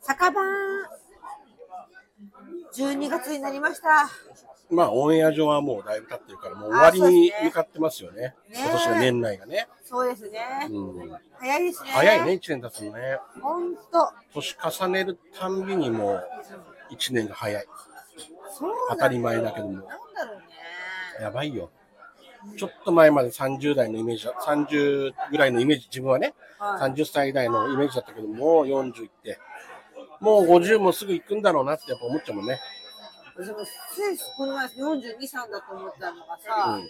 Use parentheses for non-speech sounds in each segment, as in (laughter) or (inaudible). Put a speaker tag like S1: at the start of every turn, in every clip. S1: 酒場12月になりました。
S2: まあ、オンエア上はもうだいぶ経ってるから、もう終わりに向かってますよね。
S1: あそう
S2: 今
S1: ですね
S2: 年の年内がね。
S1: そうですね。
S2: うん。
S1: 早いですね。
S2: 早いね、。一年経つのね。
S1: ほんと。
S2: 年重ねるたんびにもう、一年が早い。
S1: そうなんだ
S2: 当たり前だけども
S1: なんだろうね。
S2: やばいよ。ちょっと前まで30代のイメージだ、30ぐらいのイメージ、自分はね、
S1: はい
S2: 30歳代のイメージだったけど、もう40いって、もう50もすぐ行くんだろうなってやっぱ思っちゃうもんね。
S1: 私もついこの前42、歳だと思ったのが
S2: う
S1: さ、
S2: ん。ね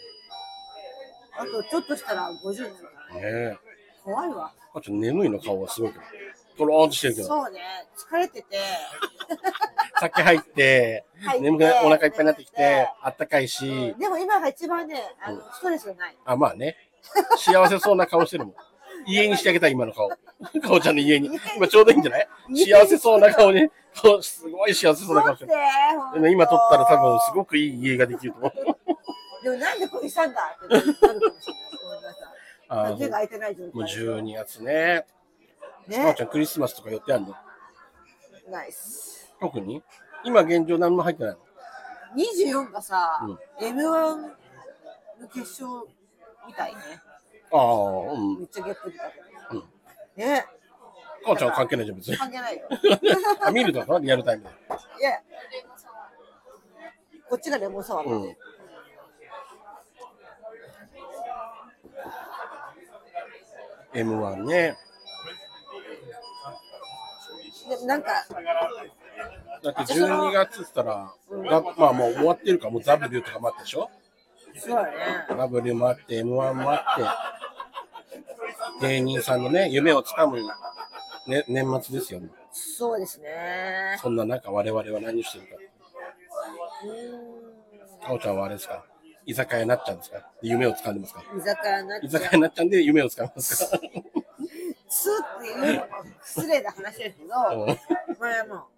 S1: あとちょっとしたら50になるからね。
S2: え。
S1: 怖いわ。
S2: あちょっと眠いの顔はすごいけど。とろーんとしてるけど。
S1: そうね。疲れてて。
S2: 酒入って、
S1: 入って
S2: 眠くなお腹いっぱいになってき
S1: 眠
S2: て
S1: く、
S2: あったかい
S1: て
S2: し
S1: うん、でも今が一番ね、あのストレスがない。
S2: あ、まあね。幸せそうな顔してるも
S1: (laughs)
S2: ん。家にしてあげたい、今の顔。かおちゃんの家に。今ちょうどいいんじゃない幸せそうな顔ね。こうすごい幸せそうな顔してる。
S1: (laughs)
S2: でも今撮ったら多分すごくいい家ができると思う。
S1: く。でもなんでこれしたんだってなるかもしれないごめんなさい。
S2: あ
S1: 手が
S2: ー
S1: 空いてない状態。 (laughs)
S2: もう12月ね。かお
S1: ね
S2: ち。ゃんクリスマスとか予定あるの
S1: ナイス。
S2: 特に今現状何も入ってないの
S1: 24がさ、
S2: うん
S1: M1 の決勝みたいね。
S2: ああ、うん。
S1: (laughs) めっちゃゲップ出たけど。
S2: うん
S1: ね。
S2: かおちゃんは関係ないじゃん、別
S1: (laughs)
S2: に。
S1: 関係ないよ。
S2: あ、見るだろリアルタイムで。
S1: いや。こっちがレモンサワーだ、
S2: うん。M1 ね。
S1: でなんか、
S2: だって12月っつったら、だまあもう終わってるから、もう W とかもあったでしょ
S1: そうだね。
S2: ?W もあって、M1 もあって、芸人さんのね、夢をつかむ、ね、年末ですよ、ね。
S1: そうですね。
S2: そんな中、我々は何をしてる
S1: う
S2: か。かおちゃんはあれですか居酒屋になっちゃうんですかで夢をつかんでますか
S1: ーん居酒屋になっ
S2: 居
S1: ちゃ
S2: 酒屋
S1: う。
S2: になっちゃうんで夢をつかみます (laughs)
S1: す
S2: か
S1: っていうのも失礼な話ですけど、ま
S2: うん
S1: あも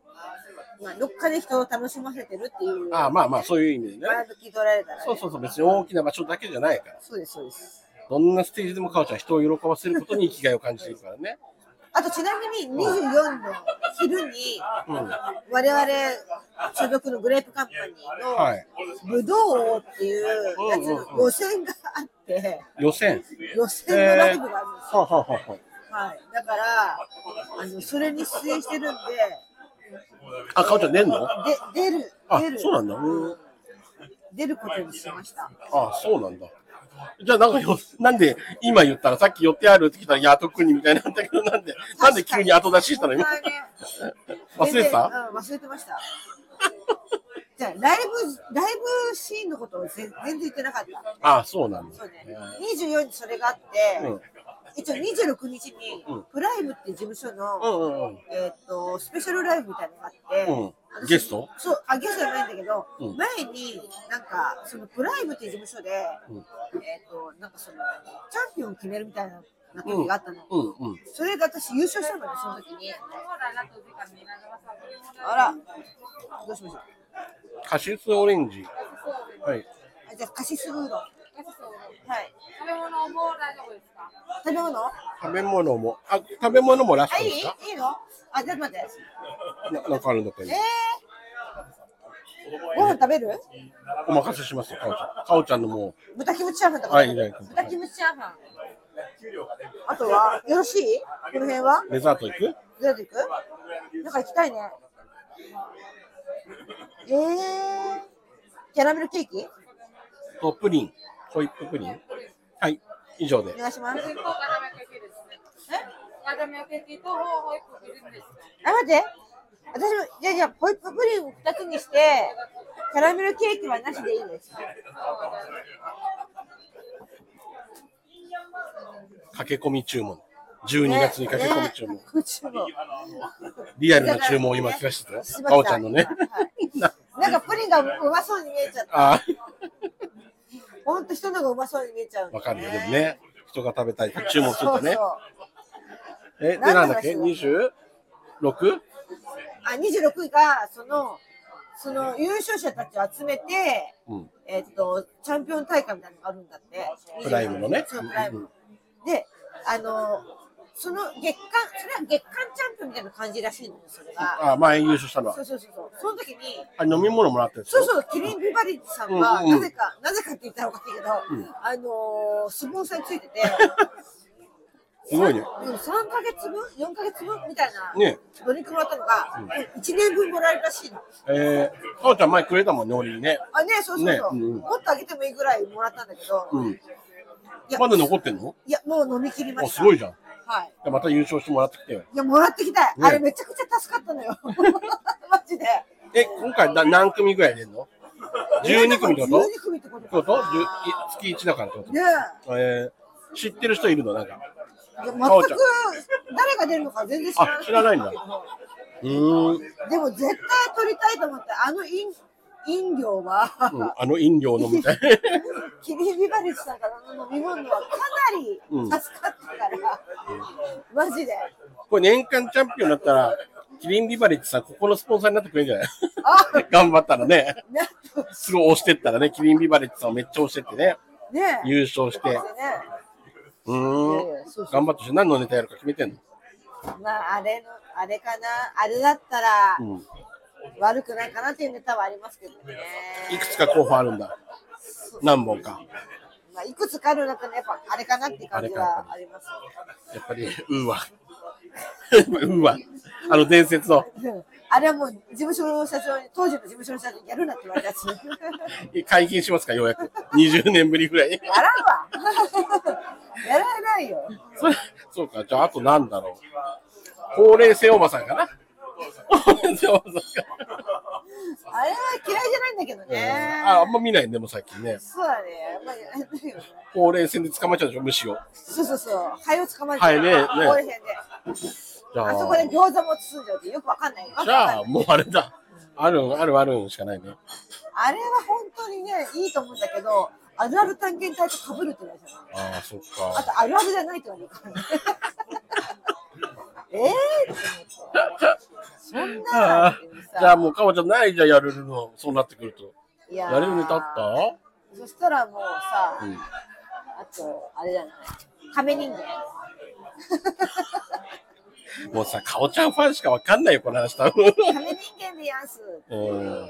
S1: う、まあ、どっかで人を楽しませてるっていう、
S2: ああ、まあまあ、そういう意味でね。
S1: 前向き取られたら、ね、
S2: そうそうそう、別に大きな場所だけじゃないから。
S1: そうです、そうです。
S2: どんなステージでもかおちゃんは人を喜ばせることに生きがいを感じているからね。
S1: あとちなみに24の昼に
S2: うん。
S1: 我々所属のグレープカンパニ
S2: はい。
S1: ーのブドウ王っていうやつの予選があって
S2: 予選。
S1: 予選のライブがあるんですよ、
S2: はあ、はあはあは
S1: はい、だからあのそれに出演してるんで
S2: あ、あ、かおちゃん出んの
S1: で出る
S2: あ
S1: 出る
S2: そうなんだうん
S1: 出ることにしました
S2: ああ、そうなんだ。じゃあなんかよ、なんで今言ったらさっき予定あるって来たら、いや、特にみたいになったけど、なんで、なんで急に後出ししたの今。
S1: 本当はね
S2: 忘れてた、
S1: うん、忘れてました。じゃあ、ライブ、ライブシーンのことを全全然言ってなかった。
S2: ああ、そうなんだ。
S1: そうね。24にそれがあって、
S2: うん
S1: 一応26日に
S2: うん、
S1: プライムっていう事務所
S2: う
S1: の、
S2: んうんうん。
S1: えーっと、スペシャルライブみたいなのがあって、
S2: うん
S1: 私
S2: ゲスト
S1: そう、あ、ゲストじゃないんだけど、
S2: うん
S1: 前になんか、そのプライムっていう事務所で、
S2: うん
S1: えーっと、なんかその、チャンピオンを決めるみたいな時があったの。
S2: うんうん。
S1: それで私優勝したのね、その時に。あら、どうしましょう。
S2: カシスオレンジ。はい。
S1: あじゃあ、カシスフード。は
S3: 食
S1: い。
S3: べ物も大丈夫ですか
S1: 食べ物あ、
S2: 食べ物も、あ、食べ物もラスト
S1: いい
S2: ですか
S1: いいのあ、じゃあ待って。
S2: ななんかあるんだったら
S1: えー、ご飯食べる
S2: お任せしますよ、かおちゃん。かおちゃんのも
S1: 豚キムチチャーハンとか。
S2: はいいただきます
S1: 豚キムチチャーハン。あとは、よろしいこの辺は
S2: う、デザート行く
S1: どうやって行くなんか行きたいね。えー、キャラメルケーキ
S2: と、プリン。ホイッププリン。はい。以上で
S1: お。願いします。
S3: 結構固め焼きですね。え固め焼きとホイップグリーンです。
S1: あ、待って。私も、じゃあじゃあ、ホイッププリンを2つにして、キャラメルケーキはなしでいいです。
S2: 駆け込み注文。12月に駆け込み注文。
S1: ね (laughs) 駆け込み注文
S2: リアルな注文を今聞かせてたよ。かおちゃんのね。 (laughs) な
S1: なんかプリンがうまそうに見えちゃった。
S2: あ
S1: ほんと人のがうまそうに見えちゃう、
S2: あ、わかるよ。でも。ね、人が食べたい。注文する
S1: そ
S2: と
S1: うそう。
S2: ね。
S1: あ、
S2: え、で、なんだっけ ?26?
S1: 26位が、その、その優勝者たちを集めて、
S2: うん。
S1: えっと、チャンピオン大会みたいなのがあるんだって。
S2: プライムのね
S1: そう、プライム
S2: うん
S1: の。で、あの、その月間、それは月間チャンピオトみたいな感じらしいのよ、それが。
S2: ああ、前優勝したのは
S1: そう。そうそうそう。その時に、
S2: あ飲み物もらってるんです
S1: そ
S2: よ
S1: うそう、キリンビバリッジさんが、
S2: うんう
S1: な
S2: ん
S1: ぜか、なぜかって言ったらおかしいけど、あのー、スポンサーについてて、
S2: すごいね。
S1: うん、3ヶ月分 ?4 ヶ月分みたいな、
S2: ね
S1: ドリンクもらったのが、一1年分もらえるらしいの。
S2: えー、かおちゃん前くれたもんね、俺にね。
S1: あ、ねそうそうそう。
S2: ねうんうん
S1: もっとあげてもいいぐらいもらったんだけど、
S2: うん。
S1: いや、
S2: まだ残ってんの
S1: いや、もう飲み切りま
S2: あ、
S1: した。
S2: すごいじゃん。
S1: はい。
S2: でまた優勝してもらってきてよ。
S1: いや、もらってきたい。
S2: ね
S1: あれめちゃくちゃ助かったのよ。 (laughs) マジで。
S2: え、今回な何組ぐらい出んの ?12 組ってこと
S1: ?12 組ってこと
S2: こ
S1: か
S2: と
S1: な
S2: じゅい月一だからってこ
S1: ね
S2: とえー、知ってる人いるのなんか。
S1: え。いや全く
S2: かおちゃん
S1: 誰が出るのか全然知らない。
S2: あ知らないんだうーん。
S1: でも絶対取りたいと思って、あの飲飲料は、
S2: うんあの飲料を飲みたい。 (laughs)
S1: キリンビバレッジさんからの飲み物はかなり
S2: うん
S1: 助かったから、マジで。
S2: これ年間チャンピオンだったら、キリンビバレッジさん、ここのスポンサーになってくれるんじゃない
S1: あ
S2: (laughs) 頑張ったらね。
S1: なんと、
S2: すごい押してったらね、キリンビバレッジさんをめっちゃ押してってね、
S1: ねえ。
S2: 優勝し
S1: そうで
S2: て。
S1: すね
S2: うーん。頑張ってほしい何のネタやるか決めてんの
S1: まあ、あれの、あれかな、あれだったら
S2: うん。
S1: 悪くないかなっていうネタはありますけどね。
S2: いくつか候補あるんだ。何本か。
S1: まあ、いくつかある中で、やっぱあれかなって感じはあります
S2: やっぱり、ウ (laughs) ーア。ウーア。あの伝説の。
S1: ね。うんあれはもう事務所の社長に、当時の事務所の社長にやるなって言われたし。
S2: 解禁しますか、ようやく。20年ぶりぐらい。 (laughs)
S1: やらんわ。やらないよ。
S2: そそうか、じゃあ、あとなんだろう。ほうれい線おばさんかな。ほうれい線おばさんか。
S1: (laughs) あれは嫌いじゃないんだけど
S2: うん
S1: ね。
S2: ああんま見ないね、でも最近ね。
S1: そうだね。まあ、やんないよね
S2: ほうれい線で捕まっちゃうでしょ、虫を。
S1: そうそうそう。ハエを捕まえて。
S2: ハエねね
S1: こういう辺で。
S2: じゃ
S1: あ
S2: あ、
S1: そこで餃子も包んじゃうってよくわかんない。
S2: じゃあ、もうあれだ。あるん、あるあるんしかないね。
S1: あれは本当にね、いいと思うんだけど、あるある探検隊と被るって言われたの。
S2: ああ、そっ
S1: あ
S2: か。
S1: と、あるあるじゃないって言われる (laughs) からね。ええーって思って。そんな
S2: あ
S1: っていう
S2: あじゃあ
S1: さ。
S2: もうかおちゃんないじゃんやれるのそうなってくると
S1: いやー
S2: やれるネタあっ
S1: そしたらもうさ、
S2: た、うん、
S1: あと、あれじゃない。亀人間。
S2: もうさかおちゃんファンしかわかんないよこの話多分
S1: 亀人間でやんす。
S2: うん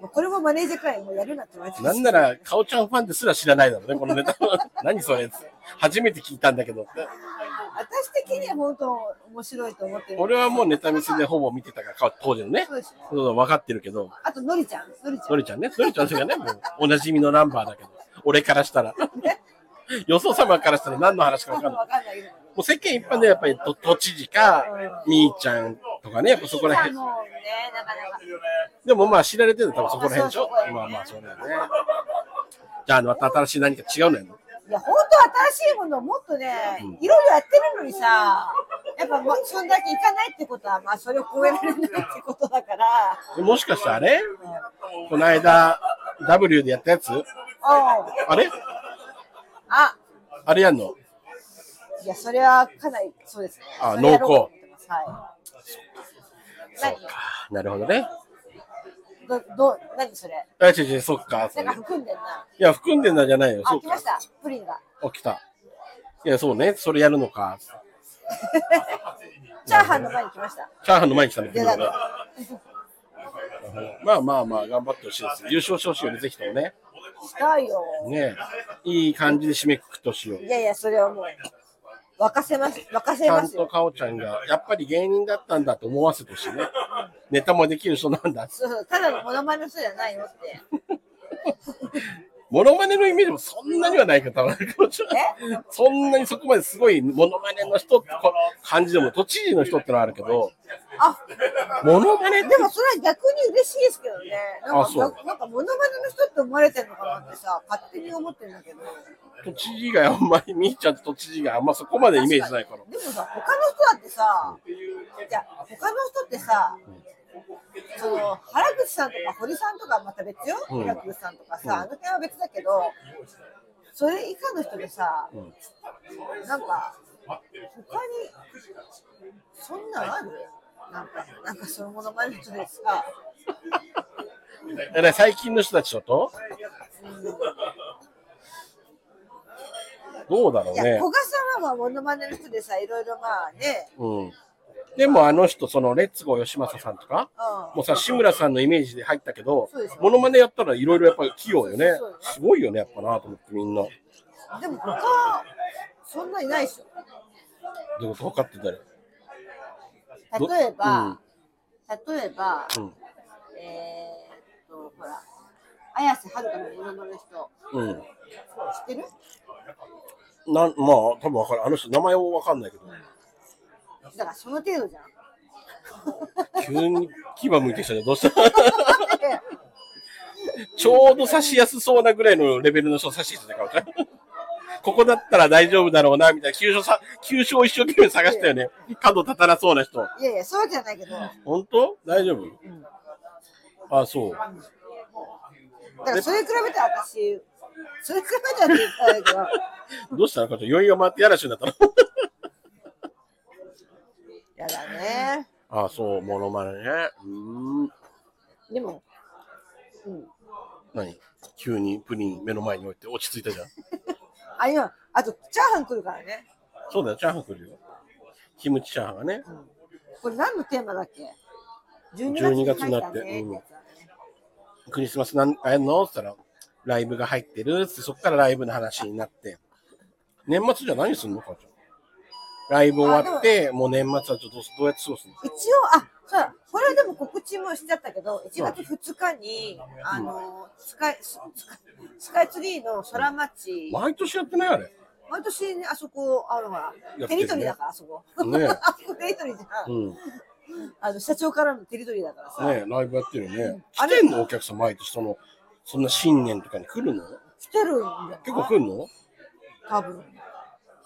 S1: もうこれもマネージャーくらいもうやるなって言われてた
S2: なんなら、かおちゃんファンですら知らないだろうね、このネタ。 (laughs) 何それ初めて聞いたんだけど。
S1: 私的には本当面白いと思ってる。
S2: 俺はもうネタ見せでほぼ見てたからか、当時のね。
S1: そうですね。
S2: そうそう、分かってるけど。
S1: あと、のりちゃん。のりちゃん。
S2: のりちゃんね。のりちゃんがね、もう、おなじみのナンバーだけど。俺からしたら。 (laughs) 予想様からしたら何の話か分かんない。
S1: わかんないけど。
S2: もう世間一般でやっぱり都都知事か、みーちゃんとかね、やっぱそこら
S1: のりちゃん
S2: 辺。
S1: もね、なかなか。
S2: でもまあ知られてるの多分そこら辺でしょ
S1: そうそうそう。
S2: まあまあ、そうだよね。じゃあ、あの、また新しい何か違うのやろ
S1: いや、本当新しいものをもっとね、いろいろやってるのにさ、やっぱもうそんだけいかないってことは、まあそれを超えられないってことだから、
S2: もしかしたらあれこの間、W でやったやつ
S1: おう
S2: あれ
S1: あ、
S2: あれやんの
S1: いや、それはかなり、そうですね。
S2: あ
S1: それやろうと思ってますはい。
S2: なるほどね。
S1: 何ど、ど、何それ
S2: あ、違う違う、そっか。そ
S1: なか
S2: うんね
S1: 含んでんな。
S2: いや、含んでんだじゃないよ。そ
S1: あ、
S2: う
S1: 来ま
S2: か
S1: し。た。プリンが。
S2: あ、来た。いや、そうね。それやるのか。
S1: チャーハンの前に来ました。
S2: チャーハンの前に来たの、
S1: で、
S2: 君
S1: な
S2: は
S1: ん
S2: ね
S1: か、
S2: まあまあまあ、頑張ってほしいです。優勝してほしいよね、ぜひともね。
S1: したいよ。
S2: ねえいい感じで締めくくってほしいよ。
S1: いやいや、それはもう、沸かせます、沸か
S2: ち
S1: せ
S2: ゃ
S1: ま
S2: ん
S1: す
S2: と
S1: よ。
S2: かおちゃんが、やっぱり芸人だったんだと思わせてほしいね。ネタもできる人なんだ。
S1: そうそう、ただのモノマネの人じゃないよって。
S2: モノマネのイメージもそんなにはないけど、多分この人
S1: え
S2: そんなにそこまですごいモノマネの人ってこ感じでも、都知事の人ってのはあるけど、
S1: あ、
S2: モノマネって
S1: でもそれは逆に嬉しいですけどね。なん
S2: あ
S1: か、
S2: そう
S1: ななんかモノマネの人って思われてるのかなってさ、勝手に思ってるんだけど。
S2: 都知事があんまり、みーちゃんと都知事があんまそこまでイメージないか
S1: で
S2: ら。
S1: もさ、他の人だってさ、じゃあ他の人ってさ、その原口さんとか堀さんとかはまた別よ、
S2: うん
S1: 原口さんとかさ、あの辺は別だけど、それ以下の人でさ、
S2: ん
S1: なんか、他に、そんなんあるなんか、なんかそのものまねの人でさ、
S2: だから最近の人たちだとどうだろう
S1: いや、
S2: ね
S1: 古。賀さんはまあものまねの人でさ、いろいろまあね、
S2: うん。でもあの人、そのレッツゴー吉正さんとか、もうさ、志村さんのイメージで入ったけど
S1: そうです、よ
S2: モノマネやったらいろいろやっぱり器用よね
S1: そうそう。
S2: すごいよね、やっぱなと思ってみんな。
S1: うん。でも他、そんなにないでしょ。
S2: どういうこと分かってたら。ど
S1: 例えば、例えば、
S2: うん。
S1: えーっと、ほら、綾瀬はるかのものまねの人、
S2: うん。うん
S1: 知ってる
S2: なんまあ、多分わかる。あの人、名前はわかんないけど、
S1: だからその程度じゃん。
S2: 急に牙向いてきたね。どうした (laughs) ちょうど差しやすそうなぐらいのレベルの人差し入れてたから。 (laughs) ここだったら大丈夫だろうな、みたいな。急所さ、急所を一生懸命探したよね。角立たなそうな人。
S1: いやいや、そうじゃないけど、だ
S2: 本当大丈夫あ、そう。
S1: からそれ比べたら私、それ比べたらって言ったらいいけど、
S2: どうしたのかと余韻が回ってやらしになったの (laughs)
S1: やだね。
S2: あそう、モノマネね。うーん。
S1: でも、うん。
S2: 何急にプリン目の前に置いて落ち着いたじゃん。
S1: あ、今、あと、チャーハン来るからね。
S2: そうだよ、チャーハン来るよ。キムチチャーハンがね。
S1: これ何のテーマだっけ
S2: 12月になっ
S1: 入たね
S2: てうん
S1: ってやつだね
S2: クリスマスなんあやんのって言ったら、ライブが入ってるっつって、そっからライブの話になって。年末じゃ何すんのかちゃん。ライブ終わって、もう年末はちょっとどうどうやって過ごすの
S1: 一応、あ、そうだ、これはでも告知もしちゃったけど、1月2日に、あの、スカイ、ススカイスカイツリーの空町、
S2: 毎年やってないあれ。
S1: 毎年ね、あそこ、あの、ほ
S2: ね
S1: ら、テリトリーだから、あそこ。 (laughs)
S2: ね
S1: あそこテリトリーじゃ。
S2: うんん。ね
S1: あの、社長からのテリトリーだからさ。
S2: えライブやってるよね。
S1: あ
S2: 来
S1: れ
S2: てんのお客さん毎年、その、そんな新年とかに来るの
S1: 来てるんだ。
S2: 結構来るの
S1: 多分。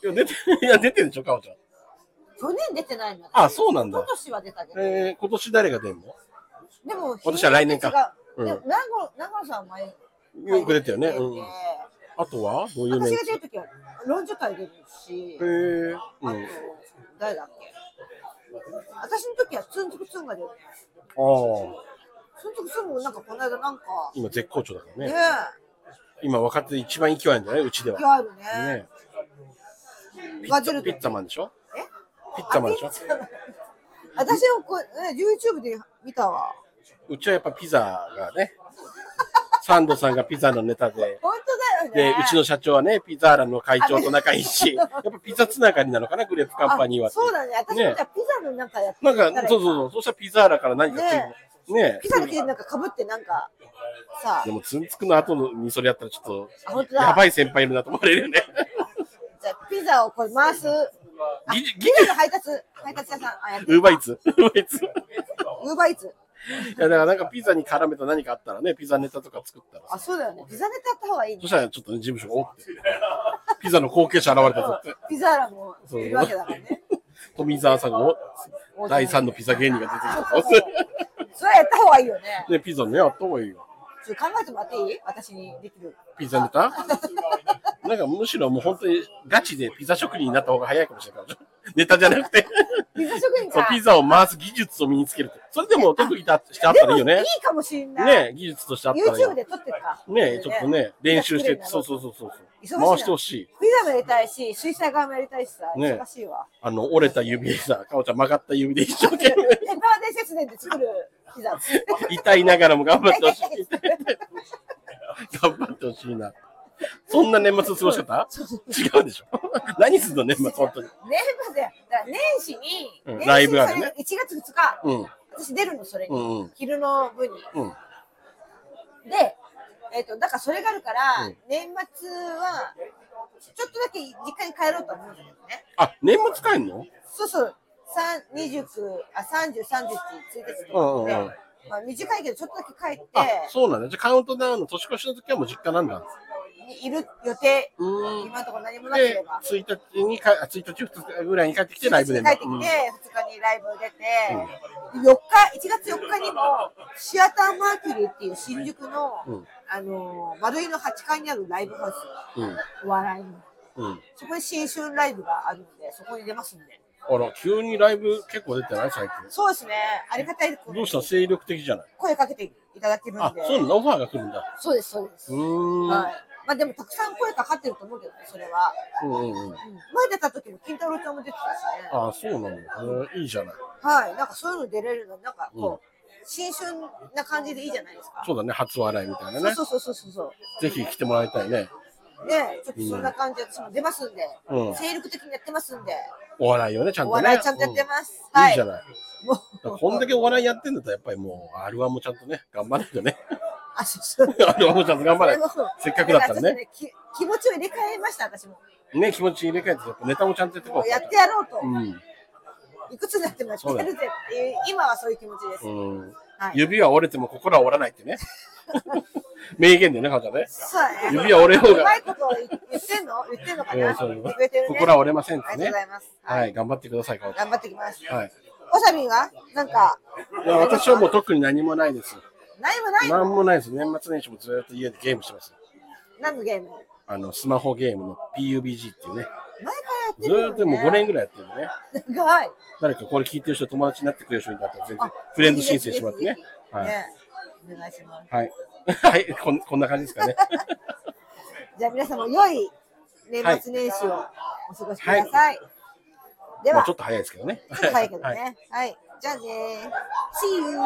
S2: いや、出て、 (laughs) いや、出てるでしょ、かおちゃん。
S1: 去年出てないんだ。
S2: あ、そうなんだ
S1: 今。年は出たけど。
S2: えー、今年誰が出んの
S1: でも、
S2: 私は来年か
S1: 違う。でも、名護、名護さんは前に
S2: よく出たよね。うん。
S1: 私
S2: あとはどういうメン
S1: が出るときは、論女会出るし、
S2: えー、う
S1: あと
S2: ん。、
S1: 誰だっけ私の時はツンツクツンが出る。
S2: ああ、
S1: ツンツクツンもなんかこの間なんか、
S2: 今絶好調だから
S1: ね
S2: ね。今若手で一番勢いあるんじゃないうちで
S1: え、
S2: は
S1: 気。あるね。
S2: ねえピ
S1: が
S2: ッ
S1: 出
S2: ツ
S1: る
S2: ァピッツァマンでしょ
S1: え
S2: ピッツァマンでしょ
S1: 私をこう、ね、YouTube で見たわ。
S2: うちはやっぱピザがね、サンドさんがピザのネタで、
S1: 本当だよ
S2: (laughs)
S1: ね。、
S2: でうちの社長はね、ピザーラの会長と仲い
S1: (laughs)
S2: いし、やっぱピザつながりなのかな、グレープカンパニーは
S1: あ。そうだね。私もじゃあピザのなんかやって
S2: なんか、
S1: たらいい
S2: そうそうそう、そしたらピザーラから何か来るのねえ
S1: ピザだけでなんか被ってなんかさ
S2: で、も、ツンツクの後のにそれやったら、ちょっ
S1: あ本当
S2: と、
S1: だ
S2: やばい先輩いるなと思われるよね。
S1: じゃあピザをこれ回す。あ
S2: 技術
S1: ピザの配達配達屋さんあやって
S2: ウー
S1: る
S2: バーイーツ。ウーバーイーツ。い
S1: ウーバーイーツ。
S2: や、だからなんかピザに絡めた何かあったらね、ピザネタとか作ったらさ
S1: あそうだよね。ピザネタやった方がいいね
S2: そ。したらちょっとね、事務所がおって。ピザの後継者現れたぞ
S1: (laughs)
S2: って。
S1: ピザーラもいるわけだからね。
S2: 富澤さんがお、第3のピザ芸人が
S1: そ
S2: 出て
S1: うそう
S2: きた
S1: そ
S2: ぞ
S1: う。それはやった方がいいよね。 (laughs)
S2: で、ピザね、やった方がいいよ。
S1: ちょっと考えてもらっていい私にできる。
S2: ピザネタなんかむしろもう本当にガチでピザ職人になった方が早いかもしれない。ネタじゃなくて、
S1: ピザ職人
S2: そう
S1: か。
S2: ピザを回す技術を身につけるって。それでも特技としてあったらいいよ
S1: でも
S2: ね
S1: い。いかもしんない。
S2: ね技術としてあったらいいよ
S1: YouTube で撮ってるか。
S2: ねちょっとね、練習して、そう
S1: う。
S2: そうそうそう
S1: 忙しい
S2: そう。
S1: な
S2: 回してほしい。
S1: ピザもやりたいし、水彩画もやりたいしさ、
S2: ね
S1: 忙しいわ。
S2: あの、折れた指でさ、かおちゃん曲がった指で一生懸
S1: ペ (laughs) ーパーで節電で作るピザ。
S2: 命、痛いながらも頑張ってほしい。頑張ってほしいな。そんな年末の過ごし方違うでしょ何すんの年末、本当に。
S1: 年末や、だから年始に、
S2: うん
S1: 年始に
S2: ライブあるね
S1: それ1月2日、
S2: うん。
S1: 私出るの、それに。
S2: うんうん
S1: 昼の部に。
S2: うん。
S1: で、えっ、と、だからそれがあるから、
S2: うん
S1: 年末は、ちょっとだけ実家に帰ろうと思うんだけどね。
S2: あ、年末帰んの
S1: そうそう。三二十九あ三十三十一日と思って
S2: うんうんうん
S1: まあ短いけどちょっとだけ帰っ
S2: あ、
S1: て
S2: そうなんだ。じゃあカウントダウンの年越しの時はもう実家なんだ。
S1: いる予定
S2: うーん
S1: 今。のところ何もなけれ
S2: で
S1: ば、
S2: 1日にか、あ1日、2日ぐらいに帰ってきてライブで
S1: 帰
S2: も。
S1: ってきて
S2: う
S1: 二
S2: ん
S1: 日にライブを出て四日一月四日にもシアターマーキュリーっていう新宿の、
S2: うん
S1: あのー丸井の八階にあるライブハウ
S2: うん。
S1: スお笑いの
S2: うん。
S1: そこに新春ライブがあるんでそこに出ますんで
S2: あら、急にライブ結構出てない最近。
S1: そうですねありがたいこと
S2: どうした精力的じゃない
S1: 声かけていただけるん
S2: あ
S1: で、
S2: そうなんだ。オファーが来るんだ。
S1: そうですそうです
S2: うーん。
S1: はい。まあでもたくさん声かかってると思うけどね、それは。
S2: うんうんうん。
S1: うん、前出た時も金太郎ちゃんも出てたしね。
S2: ああ、そうなんだ、えーいいじゃない。
S1: はい、なんかそういうの出れるの、なんかこう、新春な感じでいいじゃないですか。
S2: そうだね、初笑いみたいなね
S1: そ。うそうそうそうそう。
S2: ぜひ来てもらいたいね。
S1: ね、ちょっとそんな感じで、私も出ますんで、
S2: うん
S1: 精力的にやってますんで、
S2: お笑いをね、ちゃん
S1: お
S2: とね。
S1: 笑いちゃんとやってます。
S2: うん
S1: はい
S2: い
S1: い。
S2: じゃない。
S1: もう
S2: だからこんだけお笑いやってんだったら、やっぱりもう、R1 もちゃんとね、頑張らないとね。
S1: あ、そうそう。
S2: (laughs) R1 もちゃんと頑張らないと。
S1: それも
S2: せっかくだったらね
S1: だからちょっとき気持ちを入れ替えました、私も。
S2: ね、気持ち入れ替えて、やっぱネタもちゃんとやって
S1: も
S2: こ
S1: うやってやろうと。
S2: う。うん。
S1: いくつになってもやってやるぜっていう、今はそういう気持ちです。
S2: うん。
S1: はい。
S2: 指は折れても心は折らない
S1: (laughs)
S2: ってね。名言でね、母ちゃんね。
S1: そうだね。
S2: 指は折れよう
S1: う
S2: が
S1: ま。いこと言ってんの言ってんのか
S2: う
S1: なん
S2: そう
S1: 言ってくれてるね。
S2: 心は折れませんっ
S1: あ
S2: て
S1: りがとうご。
S2: ね
S1: ざいます。。
S2: はいい、頑張ってください、母ちゃ
S1: 頑
S2: ん。
S1: 張ってきます。
S2: はい。
S1: おさみんはなんか、
S2: いや私はもう特に何もないです。
S1: 何もないの
S2: 何もないです。年末年始もずっと家でゲームしてます。
S1: 何のゲーム
S2: あの、スマホゲームの PUBG っていう
S1: 前から
S2: ね。
S1: やって
S2: ず
S1: るよ、ね。
S2: ーっともう5年ぐらいやってるね。
S1: 年。長い。
S2: 誰かこれ聞いてる人、友達になってくれる人いたら全然フレンド申請してもらってね
S1: ぜひぜ。ひ
S2: はい。
S1: ねお願いします。
S2: (laughs) はい。はい、こんこんな感じですかね。
S1: じゃあ皆さんも良い年末年始をお過ごしください。
S2: は
S1: で
S2: ま
S1: は、
S2: あち
S1: ちょ
S2: ょっと早いですけどね。
S1: っと早いけど
S2: はい
S1: ね。はい。じゃあねー。See you!